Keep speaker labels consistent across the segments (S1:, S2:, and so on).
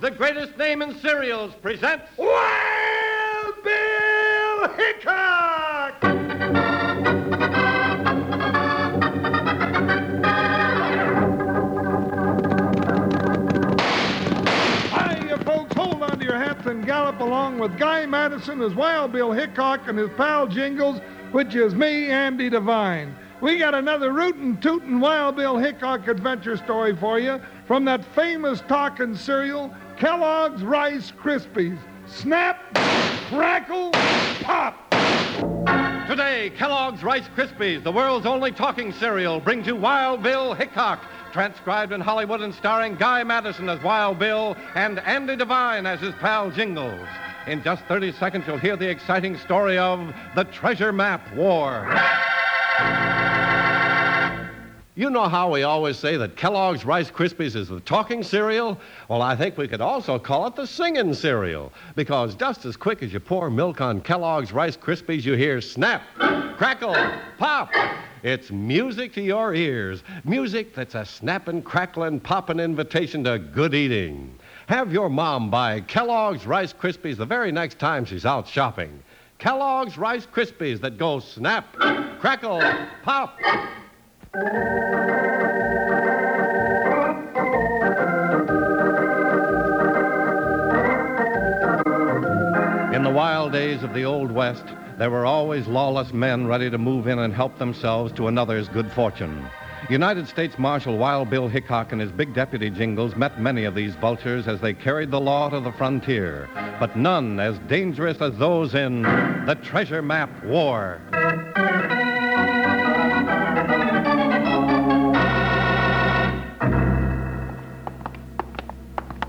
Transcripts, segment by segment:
S1: the greatest name in cereals, presents
S2: Wild Bill Hickok! Hi, you folks, hold on to your hats and gallop along with Guy Madison as Wild Bill Hickok and his pal Jingles, which is me, Andy Devine. We got another rootin' tootin' Wild Bill Hickok adventure story for you from that famous talking cereal, Kellogg's Rice Krispies. Snap, crackle, pop!
S1: today Kellogg's Rice Krispies, the world's only talking cereal, brings you Wild Bill Hickok, transcribed in Hollywood and starring Guy Madison as Wild Bill and Andy Devine as his pal Jingles. In just 30 seconds, you'll hear the exciting story of the Treasure Map War. You know how we always say that Kellogg's Rice Krispies is the talking cereal? Well, I think we could also call it the singing cereal, because just as quick as you pour milk on Kellogg's Rice Krispies, you hear snap, crackle, pop. It's music to your ears, music that's a snappin', cracklin', poppin' invitation to good eating. Have your mom buy Kellogg's Rice Krispies the very next time she's out shopping. Kellogg's Rice Krispies that go snap, crackle, pop. In the wild days of the Old West, there were always lawless men ready to move in and help themselves to another's good fortune. United States Marshal Wild Bill Hickok and his big deputy Jingles met many of these vultures as they carried the law to the frontier, but none as dangerous as those in the Treasure Map War.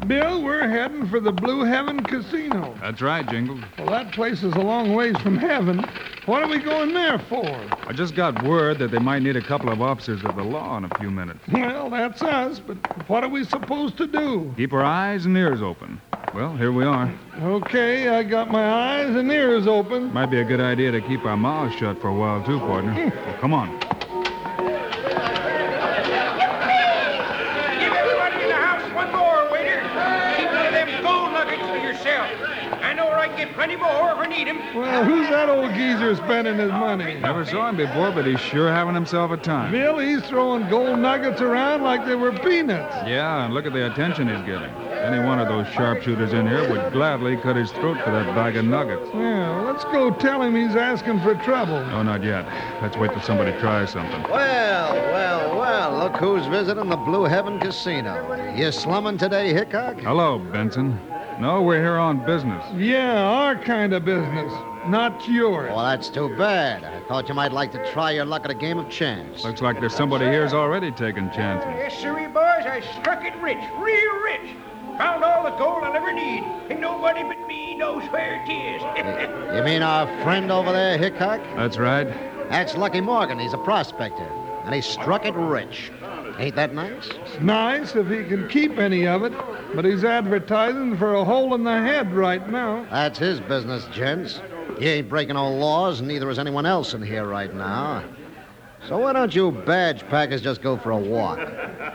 S2: Bill, we're heading for the Blue Heaven Casino.
S3: That's right, Jingles.
S2: Well, that place is a long ways from heaven. What are we going there for?
S3: I just got word that they might need a couple of officers of the law in a few minutes.
S2: Well, that's us, but what are we supposed to do?
S3: Keep our eyes and ears open. Well, here we are.
S2: Okay, I got my eyes and ears open.
S3: Might be a good idea to keep our mouths shut for a while, too, partner. Well, come on.
S4: Give everybody in the house one more, waiter. Keep one of them gold nuggets for yourself. I know where I can get plenty more if I need 'em.
S2: Well, who's that old geezer spending his money?
S3: Never saw him before, but he's sure having himself a time.
S2: Bill, he's throwing gold nuggets around like they were peanuts.
S3: Yeah, and look at the attention he's getting. Any one of those sharpshooters in here would gladly cut his throat for that bag of nuggets.
S2: Yeah, let's go tell him he's asking for trouble.
S3: No, not yet. Let's wait till somebody tries something.
S5: Well, well, well, look who's visiting the Blue Heaven Casino. You slumming today, Hickok?
S3: Hello, Benson. No, we're here on business.
S2: Yeah, our kind of business, not yours.
S5: Well, that's too bad. I thought you might like to try your luck at a game of chance.
S3: Looks like there's somebody here's already taking chances.
S4: Yes, sirree, boys, I struck it rich, real rich. Found all the gold I'll ever need, and nobody but me knows where it is.
S5: You mean our friend over there, Hickok?
S3: That's right.
S5: That's Lucky Morgan. He's a prospector, and he struck it rich. Ain't that nice?
S2: Nice if he can keep any of it, but he's advertising for a hole in the head right now.
S5: That's his business, gents. He ain't breaking no laws, and neither is anyone else in here right now. So why don't you badge packers just go for a walk?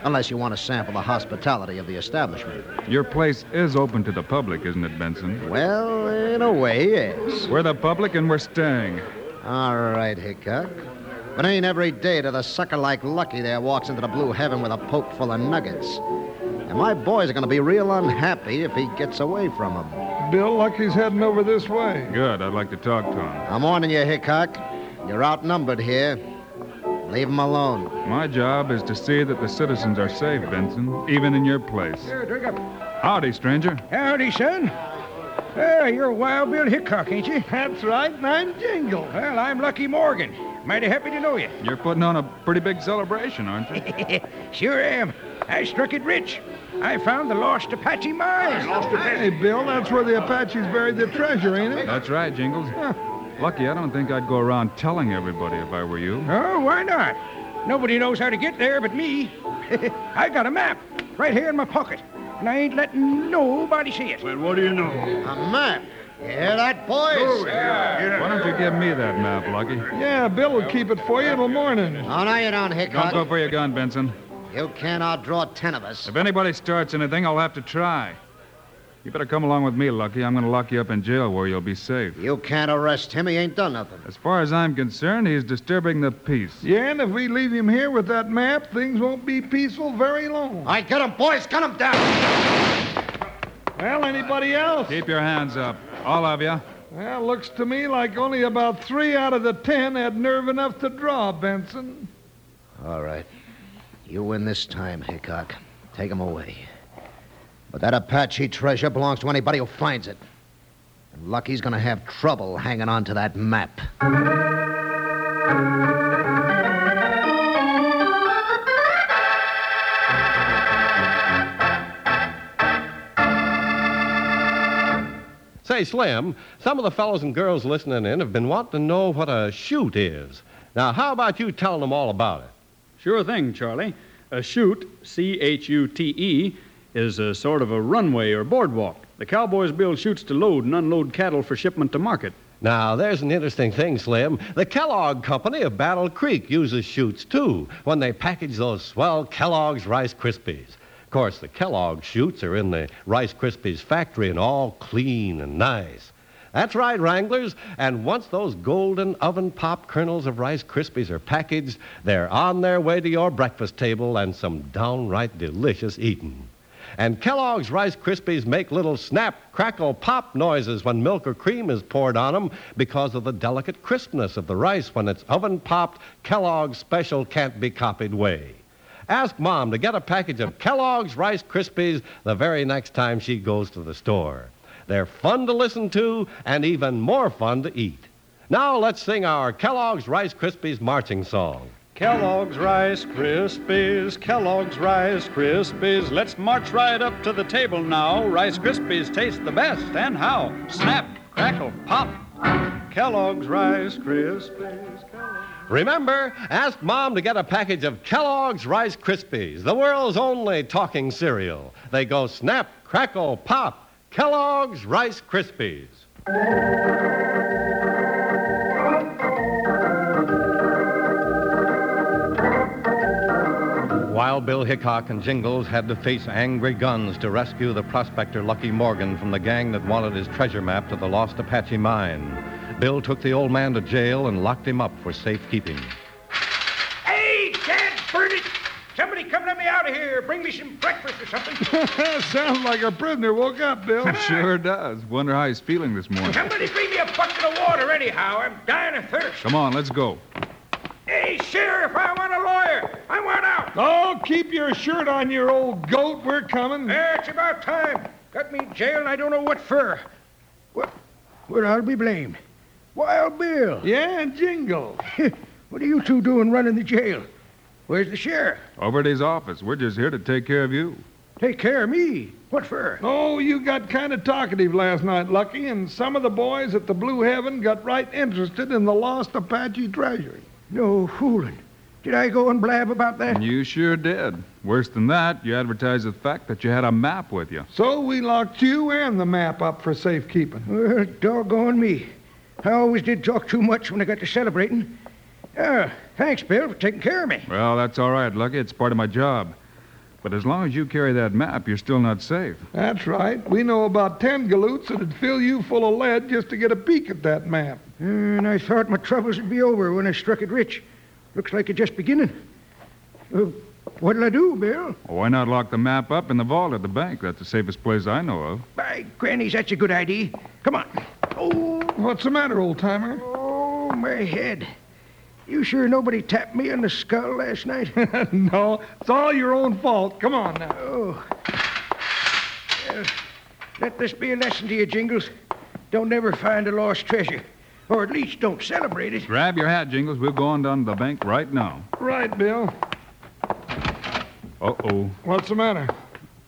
S5: Unless you want to sample the hospitality of the establishment.
S3: Your place is open to the public, isn't it, Benson?
S5: Well, in a way, yes.
S3: We're the public and we're staying.
S5: All right, Hickok. But ain't every day that a sucker like Lucky there walks into the blue heaven with a poke full of nuggets. And my boys are going to be real unhappy if he gets away from them.
S2: Bill, Lucky's heading over this way.
S3: Good. I'd like to talk to him.
S5: I'm warning you, Hickok. You're outnumbered here. Leave him alone.
S3: My job is to see that the citizens are safe, Benson, even in your place.
S4: Here, drink up.
S3: Howdy, stranger.
S4: Howdy, son. Ah, you're Wild Bill Hickok, ain't you?
S2: That's right, and I'm Jingle.
S4: Well, I'm Lucky Morgan. Mighty happy to know you.
S3: You're putting on a pretty big celebration, aren't you?
S4: Sure am. I struck it rich. I found the lost Apache mine. Lost
S2: Hey, Bill, that's where the Apaches buried their treasure, ain't it?
S3: That's right, Jingles. Lucky, I don't think I'd go around telling everybody if I were you.
S4: Oh, why not? Nobody knows how to get there but me. I got a map right here in my pocket, and I ain't letting nobody see it.
S5: A map. You hear that, boys?
S3: Why don't you give me that map, Lucky?
S2: Yeah, Bill will keep it for you till morning.
S5: Oh, no, you don't,
S3: Don't go
S5: Hickok.
S3: for your gun, Benson.
S5: You can't outdraw ten of us.
S3: If anybody starts anything, I'll have to try. You better come along with me, Lucky. I'm going to lock you up in jail where you'll be safe.
S5: You can't arrest him. He ain't done nothing.
S3: As far as I'm concerned, he's disturbing the peace.
S2: Yeah, and if we leave him here with that map, things won't be peaceful very long.
S5: I get him, boys. Gun him down.
S2: Well, anybody else?
S3: Keep your hands up, all of you.
S2: Well, looks to me like only about three out of the ten had nerve enough to draw, Benson.
S5: All right. You win this time, Hickok. Take him away. But that Apache treasure belongs to anybody who finds it. And Lucky's going to have trouble hanging on to that map.
S1: Say, Slim, some of the fellows and girls listening in have been wanting to know what a shoot is. Now, how about you telling them all about it?
S6: Sure thing, Charlie. A chute, C H U T E, is a sort of a runway or boardwalk. The cowboys build chutes to load and unload cattle for shipment to market.
S1: Now, there's an interesting thing, Slim. The Kellogg Company of Battle Creek uses chutes, too, when they package those swell Kellogg's Rice Krispies. Of course, the Kellogg chutes are in the Rice Krispies factory and all clean and nice. That's right, Wranglers. And once those golden oven pop kernels of Rice Krispies are packaged, they're on their way to your breakfast table and some downright delicious eating. And Kellogg's Rice Krispies make little snap, crackle, pop noises when milk or cream is poured on them because of the delicate crispness of the rice when it's oven popped Kellogg's special can't be copied way. Ask Mom to get a package of Kellogg's Rice Krispies the very next time she goes to the store. They're fun to listen to and even more fun to eat. Now let's sing our Kellogg's Rice Krispies marching song.
S6: Kellogg's Rice Krispies, Kellogg's Rice Krispies. Let's march right up to the table now. Rice Krispies taste the best, and how? Snap, crackle, pop. Kellogg's Rice Krispies.
S1: Remember, ask Mom to get a package of Kellogg's Rice Krispies, the world's only talking cereal. They go snap, crackle, pop. Kellogg's Rice Krispies.
S7: While Bill Hickok and Jingles had to face angry guns to rescue the prospector Lucky Morgan from the gang that wanted his treasure map to the lost Apache mine, Bill took the old man to jail and locked him up for safekeeping.
S4: Hey, Dad, burn it! Somebody come let me out of here. Bring me some breakfast or something.
S2: Sounds like a prisoner woke up, Bill.
S3: Sure does. Wonder how he's feeling this morning.
S4: Somebody bring me a bucket of water anyhow. I'm dying of thirst.
S3: Come on, let's go.
S4: Hey, Sheriff, I want a lawyer. I want out.
S2: Oh, keep your shirt on, you old goat. We're coming.
S4: Yeah, it's about time. Got me in jail and I don't know what for. Well, well I'll be blamed. Wild Bill,
S2: Yeah, Jingle.
S4: what are you two doing running the jail? Where's the sheriff?
S3: Over at his office. We're just here to take care of you.
S4: Take care of me. What for?
S2: Oh, you got kind of talkative last night, Lucky, and some of the boys at the Blue Heaven got right interested in the lost Apache treasure.
S4: No fooling. Did I go and blab about that?
S3: And you sure did. Worse than that, you advertised the fact that you had a map with you.
S2: So we locked you and the map up for safekeeping.
S4: Well, doggone me. I always did talk too much when I got to celebrating. Ah, thanks, Bill, for taking care of me.
S3: Well, that's all right, Lucky. It's part of my job. But as long as you carry that map, you're still not safe.
S2: That's right. We know about ten galoots that'd fill you full of lead just to get a peek at that map.
S4: And I thought my troubles would be over when I struck it rich. Looks like it's just beginning. Uh, what'll I do, Bill?
S3: Why not lock the map up in the vault at the bank? That's the safest place I know of.
S4: By grannies, that's a good idea. Come on. Oh,
S2: What's the matter, old timer?
S4: oh, my head. You sure nobody tapped me on the skull last night?
S2: no, it's all your own fault. Come on now.
S4: oh. Well, let this be a lesson to you, Jingles. Don't ever find a lost treasure. Or at least don't celebrate it.
S3: Grab your hat, Jingles. We're going down to the bank right now.
S2: Right, Bill.
S3: Uh oh.
S2: What's the matter?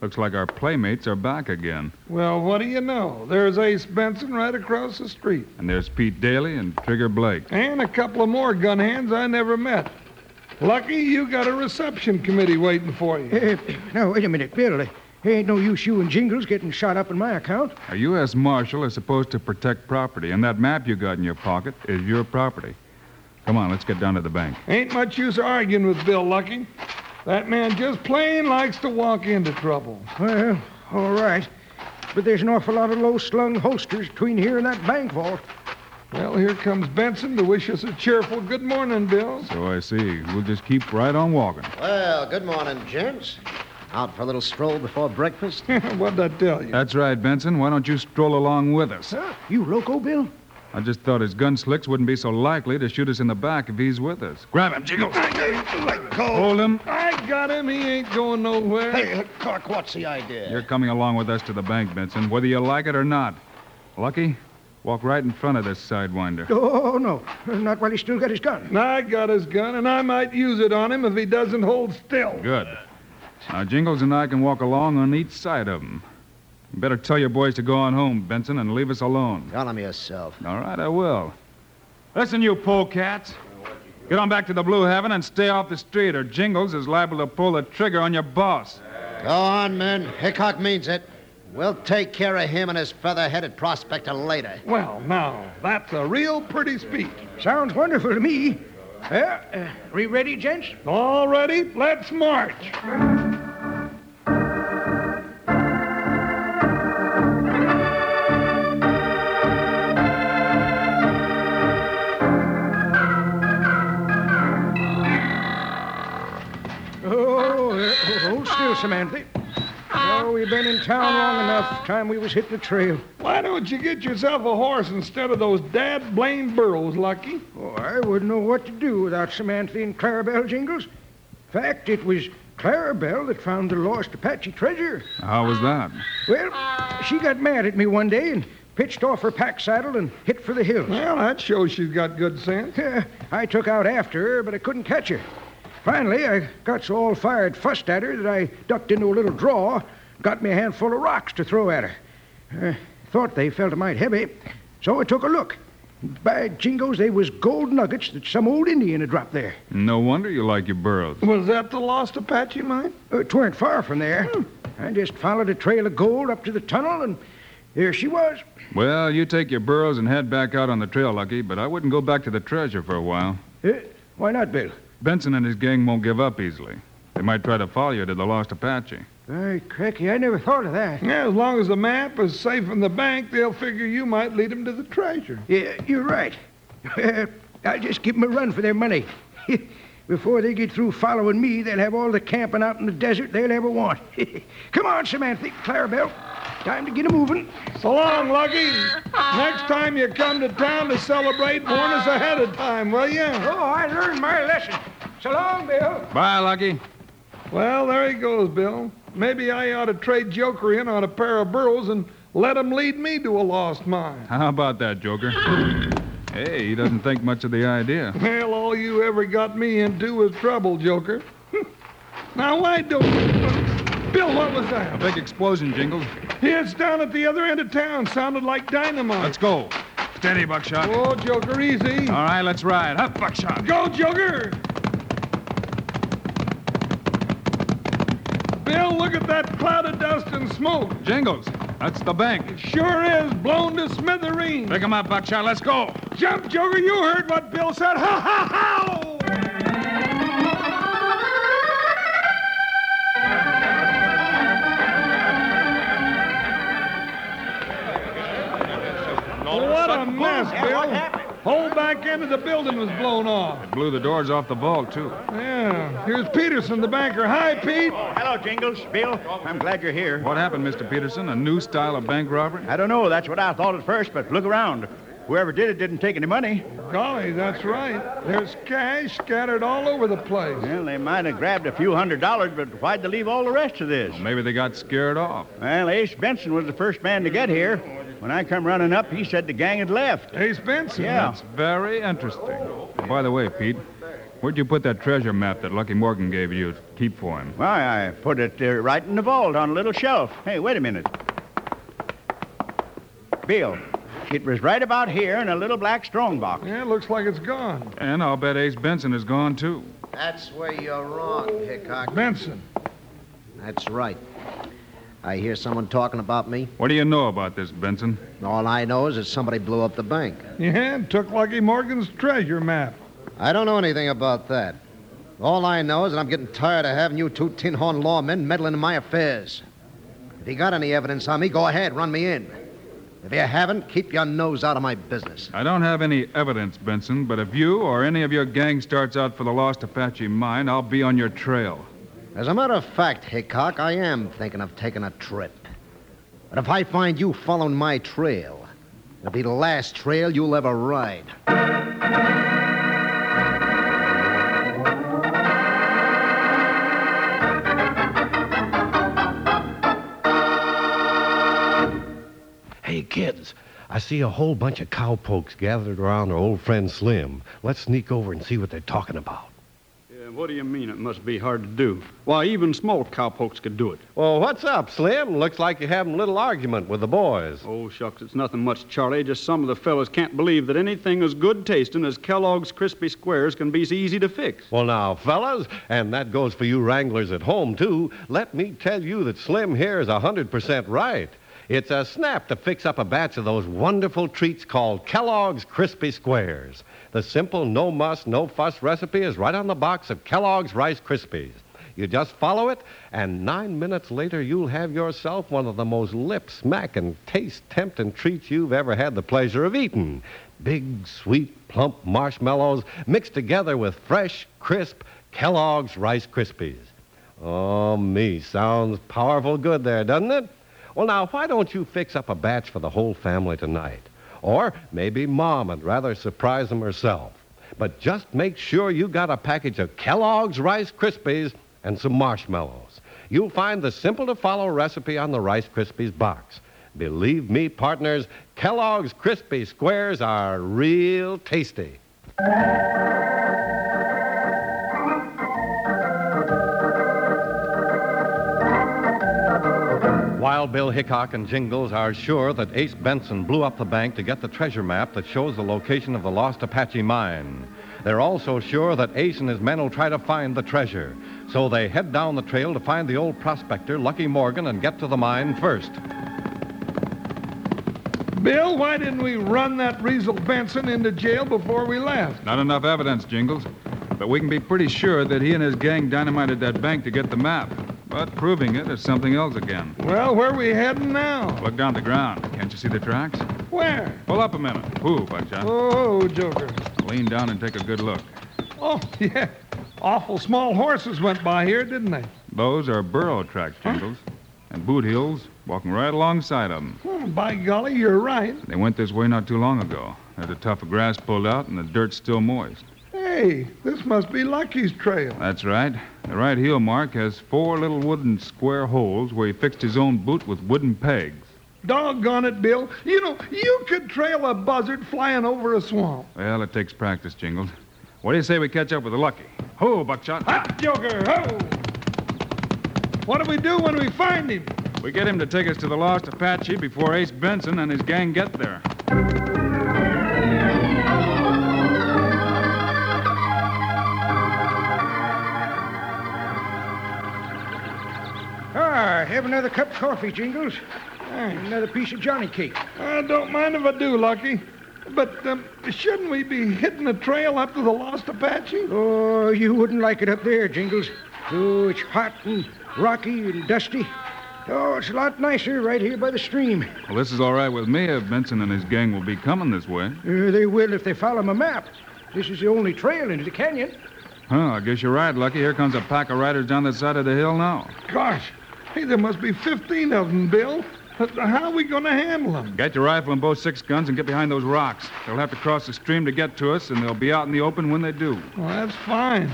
S3: Looks like our playmates are back again.
S2: Well, what do you know? There's Ace Benson right across the street,
S3: And there's Pete Daly and Trigger Blake.
S2: and a couple of more gun hands I never met. Lucky you got a reception committee waiting for you.
S4: Uh, now, wait a minute, Bill. There ain't no use you and Jingles getting shot up in my account.
S3: A U.S. Marshal is supposed to protect property, and that map you got in your pocket is your property. Come on, let's get down to the bank.
S2: Ain't much use arguing with Bill Lucky. That man just plain likes to walk into trouble.
S4: Well, all right. But there's an awful lot of low slung holsters between here and that bank vault.
S2: Well, here comes Benson to wish us a cheerful good morning, Bill.
S3: So I see. We'll just keep right on walking.
S5: Well, good morning, gents. Out for a little stroll before breakfast?
S2: What'd I tell you?
S3: That's right, Benson. Why don't you stroll along with us?
S4: You loco, Bill?
S3: I just thought his gun slicks wouldn't be so likely to shoot us in the back if he's with us. Grab him, Jingles. Hold him.
S2: I got him. He ain't going nowhere.
S5: Clark, what's the idea?
S3: You're coming along with us to the bank, Benson, whether you like it or not. Lucky, walk right in front of this sidewinder.
S4: Oh, no. Not while he's still got his gun.
S2: I got his gun, and I might use it on him if he doesn't hold still.
S3: Good. Now, Jingles and I can walk along on each side of him. You better tell your boys to go on home, Benson, and leave us alone.
S5: Tell him yourself.
S3: All right, I will. Listen, you polecats. Get on back to the Blue Heaven and stay off the street, or Jingles is liable to pull the trigger on your boss.
S5: Go on, men. Hickok means it. We'll take care of him and his feather headed prospector later.
S2: Well, now, that's a real pretty speech.
S4: Sounds wonderful to me. Yeah, uh, we ready, gents?
S2: All ready? Let's march.
S4: Oh, uh, hold still, Samantha. Oh, we've been in town long enough. Time we was hitting the trail.
S2: Why don't you get yourself a horse instead of those dad blamed burros, Lucky?
S4: Oh, I wouldn't know what to do without Samantha and Clarabelle Jingles. Fact, it was Clarabelle that found the lost Apache treasure.
S3: How was that?
S4: Well, she got mad at me one day and pitched off her pack saddle and hit for the hills.
S2: Well, that shows she's got good sense.
S4: Uh, I took out after her, but I couldn't catch her. Finally, I got so all fired fussed at her that I ducked into a little draw, got me a handful of rocks to throw at her. Uh, thought they felt a mite heavy, so I took a look. By jingoes, they was gold nuggets that some old Indian had dropped there.
S3: No wonder you like your burros.
S2: Was that the lost Apache mine?
S4: Uh, It weren't far from there. I just followed a trail of gold up to the tunnel, and there she was.
S3: Well, you take your burros and head back out on the trail, Lucky, but I wouldn't go back to the treasure for a while.
S4: Uh, why not, Bill?
S3: Benson and his gang won't give up easily. They might try to follow you to the Lost Apache.
S4: By cracky, I never thought of that.
S2: Yeah, as long as the map is safe in the bank, they'll figure you might lead them to the treasure.
S4: Yeah, you're right. Well, I'll just give 'em a run for their money. Before they get through following me, they'll have all the camping out in the desert they'll ever want. Come on, Samantha, Clarabelle. Time to get 'em moving.
S2: So long, Lucky. Next time you come to town to celebrate, warn us ahead of time, will you?
S4: Oh, I learned my lesson. So long, Bill.
S3: Bye, Lucky.
S2: Well, there he goes, Bill. Maybe I ought to trade Joker in on a pair of burros and let him lead me to a lost mine.
S3: How about that, Joker? Hey, he doesn't think much of the idea.
S2: Well, all you ever got me into was trouble, Joker. now, why don't Bill, what was
S3: A
S2: that?
S3: big explosion, Jingles.
S2: Yeah, it's down at the other end of town. Sounded like dynamite.
S3: Let's go. Steady, Buckshot. All
S2: Oh, Joker, easy.
S3: right, let's ride. Up, Buckshot.
S2: Go, Joker! Bill, look at that cloud of dust and smoke.
S3: Jingles, that's the bank.
S2: Sure is blown to smithereens.
S3: Pick him up, Buckshot. Let's go.
S2: Jump, Joker, you heard what Bill said. Ha ha ha! What a mess, Bill. Whole back end of the building was blown off.
S3: Blew the doors off the vault, too.
S2: Yeah. Here's Peterson, the banker. Hi, Pete.
S8: Hello, Jingles. Bill, I'm glad you're here.
S3: What happened, Mr. Peterson? A new style of bank robbery?
S8: I don't know. That's what I thought at first, but look around. Whoever did it didn't take any money.
S2: Golly, that's right. There's cash scattered all over the place.
S8: Well, they might have grabbed a few hundred dollars, but why'd they leave all the rest of this?
S3: Maybe they got scared off.
S8: Well, Ace Benson was the first man to get here. When I come running up, he said the gang had left.
S2: Ace Benson.
S8: Yeah.
S3: That's very interesting. By the way, Pete, where'd you put that treasure map that Lucky Morgan gave you to keep for him?
S8: Why, I put it uh, right in the vault on a little shelf. Hey, wait a minute. Bill, it was right about here in a little black strongbox.
S2: Yeah, looks like it's gone.
S3: And I'll bet Ace Benson is gone, too.
S5: That's where you're wrong, Hickok.
S2: Benson.
S5: That's right. I hear someone talking about me.
S3: What do you know about this, Benson?
S5: All I know is that somebody blew up the bank.
S2: Yeah, and took Lucky Morgan's treasure map.
S5: I don't know anything about that. All I know is that I'm getting tired of having you two tin horn lawmen meddling in my affairs. If you got any evidence on me, go ahead, run me in. If you haven't, keep your nose out of my business.
S3: I don't have any evidence, Benson, but if you or any of your gang starts out for the Lost Apache Mine, I'll be on your trail.
S5: As a matter of fact, Hickok, I am thinking of taking a trip. But if I find you following my trail, it'll be the last trail you'll ever ride.
S1: Hey, kids, I see a whole bunch of cowpokes gathered around our old friend Slim. Let's sneak over and see what they're talking about.
S6: Yeah, what do you mean it must be hard to do? Why, even small cowpokes could do it.
S1: Well, what's up, Slim? Looks like you're having a little argument with the boys.
S6: Oh, shucks, it's nothing much, Charlie. Just some of the fellas can't believe that anything as good tasting as Kellogg's Crispy Squares can be so easy to fix.
S1: Well, now, fellas, and that goes for you wranglers at home, too, let me tell you that Slim here is 100% right. It's a snap to fix up a batch of those wonderful treats called Kellogg's Crispy Squares. The simple, no muss, no fuss recipe is right on the box of Kellogg's Rice Krispies. You just follow it, and nine minutes later, you'll have yourself one of the most lip smacking, taste tempting treats you've ever had the pleasure of eating. Big, sweet, plump marshmallows mixed together with fresh, crisp Kellogg's Rice Krispies. Oh, me, sounds powerful good there, doesn't it? Well, now, why don't you fix up a batch for the whole family tonight? Or maybe Mom would rather surprise them herself. But just make sure you got a package of Kellogg's Rice Krispies and some marshmallows. You'll find the simple to follow recipe on the Rice Krispies box. Believe me, partners, Kellogg's Crispy Squares are real tasty.
S7: Wild Bill Hickok and Jingles are sure that Ace Benson blew up the bank to get the treasure map that shows the location of the lost Apache mine. They're also sure that Ace and his men will try to find the treasure. So they head down the trail to find the old prospector, Lucky Morgan, and get to the mine first.
S2: Bill, why didn't we run that Riesel Benson into jail before we left?
S3: Not enough evidence, Jingles. But we can be pretty sure that he and his gang dynamited that bank to get the map. But proving it is something else again.
S2: Well, where we heading now?
S3: Look down the ground. Can't you see the tracks?
S2: Where?
S3: Pull up a minute. Who, Buckshot?
S2: Oh, Joker.
S3: Lean down and take a good look.
S2: Oh, yeah. Awful small horses went by here, didn't they?
S3: Those are burro tracks, Jingles. And boot heels walking right alongside of them.
S2: Oh, by golly, you're right.
S3: They went this way not too long ago. There's a tuft of grass pulled out and the dirt's still moist.
S2: Hey, this must be Lucky's trail.
S3: That's right. The right heel mark has four little wooden square holes where he fixed his own boot with wooden pegs.
S2: Doggone it, Bill. You know, you could trail a buzzard flying over a swamp.
S3: Well, it takes practice, Jingles. What do you say we catch up with the lucky? Ho, Buckshot.
S2: Ha, Joker, ho! What do we do when we find him?
S3: We get him to take us to the Lost Apache before Ace Benson and his gang get there.
S4: Ah, have another cup of coffee, Jingles. And another piece of Johnny cake.
S2: I don't mind if I do, Lucky. But um, shouldn't we be hitting the trail up to the Lost Apache?
S4: Oh, you wouldn't like it up there, Jingles. Oh, it's hot and rocky and dusty. Oh, it's a lot nicer right here by the stream.
S3: Well, this is all right with me if Benson and his gang will be coming this way.
S4: Uh, they will if they follow my map. This is the only trail into the canyon.
S3: Huh, I guess you're right, Lucky. Here comes a pack of riders down the side of the hill now.
S2: Gosh, hey, there must be 15 of them, Bill. But How are we going to handle them?
S3: Get your rifle and both six guns and get behind those rocks. They'll have to cross the stream to get to us, and they'll be out in the open when they do.
S2: Well, that's fine.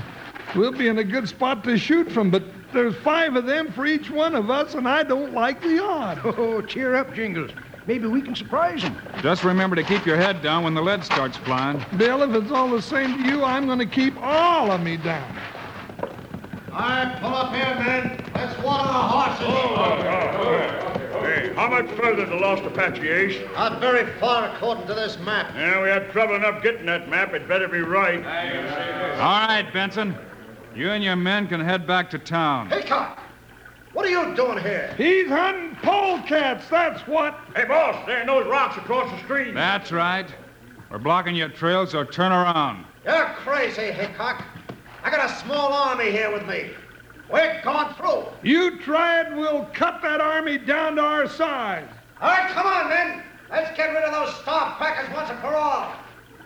S2: We'll be in a good spot to shoot from, but there's five of them for each one of us, and I don't like the odds.
S4: Oh, cheer up, Jingles. Maybe we can surprise them.
S3: Just remember to keep your head down when the lead starts flying.
S2: Bill, if it's all the same to you, I'm going to keep all of me down.
S5: All right, pull up here, men. Let's water the horses.
S9: Hey, how much further to Lost Apache, Ace?
S5: Not very far according to this map.
S9: Yeah, we had trouble enough getting that map. It better be right.
S3: All right, Benson. You and your men can head back to town.
S5: Hickok, what are you doing here?
S2: He's hunting polecats, that's what.
S9: Hey, boss, there are those rocks across the stream.
S3: That's right. We're blocking your trail, so turn around.
S5: You're crazy, Hickok. I got a small army here with me.
S10: We're going through.
S2: You try it, we'll cut that army down to our size.
S10: All right, come on, men. Let's get rid of those star packers once and for all.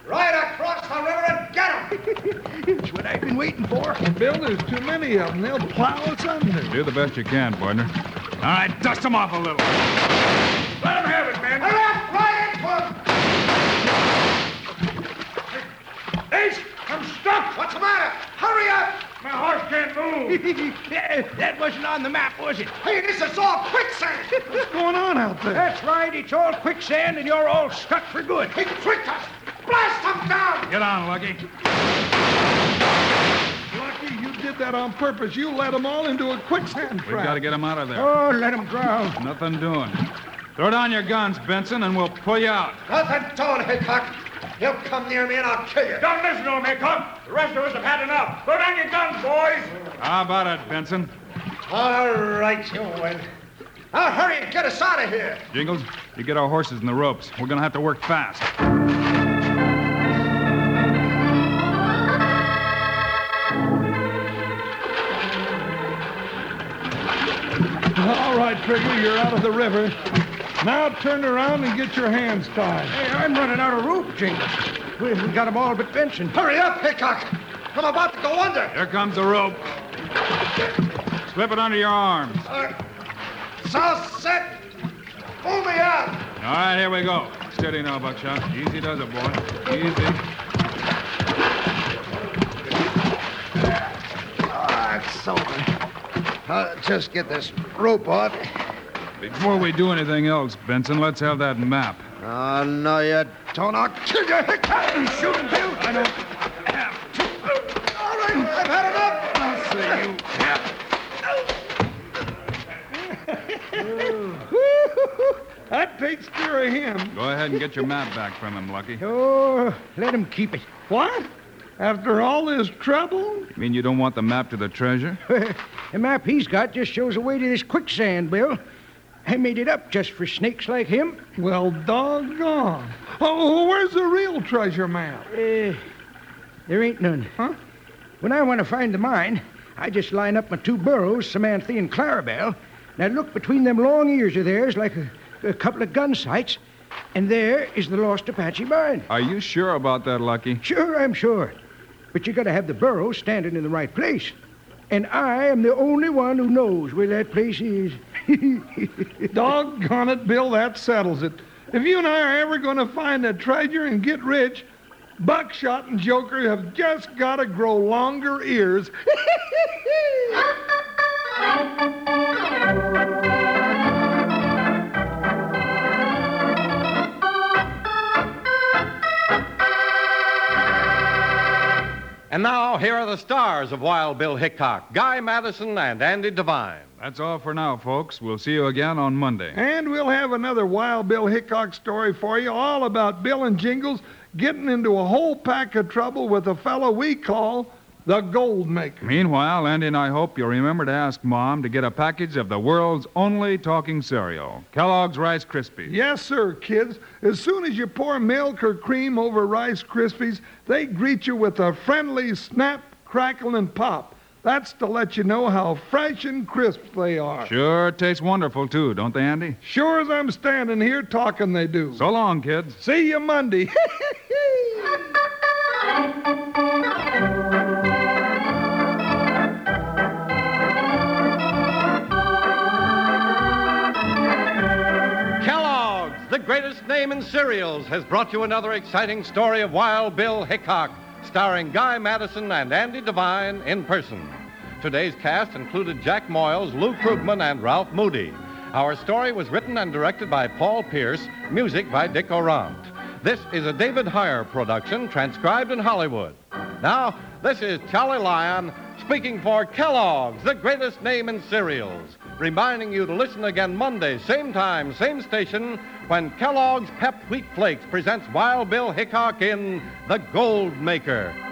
S10: Right across the river and get 'em.
S2: It's what I've been waiting for. Bill, there's too many of them. They'll plow us under.
S3: Do the best you can, partner. All right, dust them off a little.
S9: Let him have it, man.
S10: Hurry up, right into 'em.
S9: Ace, I'm stuck.
S10: What's the matter? Hurry up.
S9: My horse can't move.
S4: that wasn't on the map, was it?
S10: Hey, this is all quicksand.
S2: What's going on out there?
S4: That's right. It's all quicksand, and you're all stuck for good.
S10: He tricked us. Blast 'em down.
S3: Get on, Lucky.
S2: Lucky you did that on purpose. You led them all into a quicksand
S3: We've got
S2: trap.
S3: to get them out of there.
S4: Oh, let 'em drown.
S3: Nothing doing. Throw down your guns, Benson, and we'll pull you out.
S10: Nothing doing, Hickok. You come near me and I'll kill you.
S9: Don't listen to him, Hickok. The rest of us have had enough. Throw down your guns, boys.
S3: How Ah, about it, Benson?
S10: All right, you win. Now hurry and get us out of here.
S3: Jingles, you get our horses and the ropes. We're going to have to work fast.
S2: All right, Trigger, you're out of the river. Now turn around and get your hands tied.
S4: Hey, I'm running out of rope, Jingles. We, we got 'em all but Benson.
S10: Hurry up, Hickok. I'm about to go under.
S3: Here comes the rope. Slip it under your arms.
S10: Uh, south set. Pull me out.
S3: All right, here we go. Steady now, Buckshot. Easy does it, boy. Easy.
S10: Ah, it's so I'll just get this rope off.
S3: Before we do anything else, Benson, let's have that map.
S10: Oh, no, you don't. I'll kill you, Hickok. You shoot him, Bill. I don't All right, I've had enough. I'll see you.
S2: That takes care of him.
S3: Go ahead and get your map back from him, Lucky. You
S4: Oh, let 'em keep it.
S2: What? After all this trouble?
S3: mean you don't want the map to the treasure?
S4: The map he's got just shows the way to this quicksand, Bill. I made it up just for snakes like him.
S2: Well, doggone. Oh, where's the real treasure map?
S4: Eh, there ain't none.
S2: Huh?
S4: When I want to find the mine, I just line up my two burros, Samantha and Clarabelle, and I look between them long ears of theirs like a, a couple of gun sights, and there is the lost Apache mine.
S3: Are you sure about that, Lucky?
S4: Sure, I'm sure. But you got to have the burros standing in the right place. And I am the only one who knows where that place is.
S2: Doggone it, Bill, that settles it. If you and I are ever going to find a treasure and get rich, Buckshot and Joker have just got to grow longer ears.
S1: And now, here are the stars of Wild Bill Hickok Guy Madison and Andy Devine.
S3: That's all for now, folks. We'll see you again on Monday.
S2: and we'll have another Wild Bill Hickok story for you, all about Bill and Jingles getting into a whole pack of trouble with a fellow we call the Gold Maker.
S3: Meanwhile, Andy and I hope you'll remember to ask Mom to get a package of the world's only talking cereal, Kellogg's Rice Krispies.
S2: Yes, sir, kids. As soon as you pour milk or cream over Rice Krispies, they greet you with a friendly snap, crackle, and pop. That's to let you know how fresh and crisp they are.
S3: Sure tastes wonderful, too, don't they, Andy?
S2: Sure as I'm standing here talking, they do.
S3: So long, kids.
S2: See you Monday.
S1: Kellogg's, the greatest name in cereals, has brought you another exciting story of Wild Bill Hickok, starring Guy Madison and Andy Devine in person. Today's cast included Jack Moyles, Lou Krugman, and Ralph Moody. Our story was written and directed by Paul Pierce, music by Dick Orant. This is a David Heyer production, transcribed in Hollywood. Now, this is Charlie Lyon speaking for Kellogg's, the greatest name in cereals, reminding you to listen again Monday, same time, same station, when Kellogg's Pep Wheat Flakes presents Wild Bill Hickok in The Gold Maker.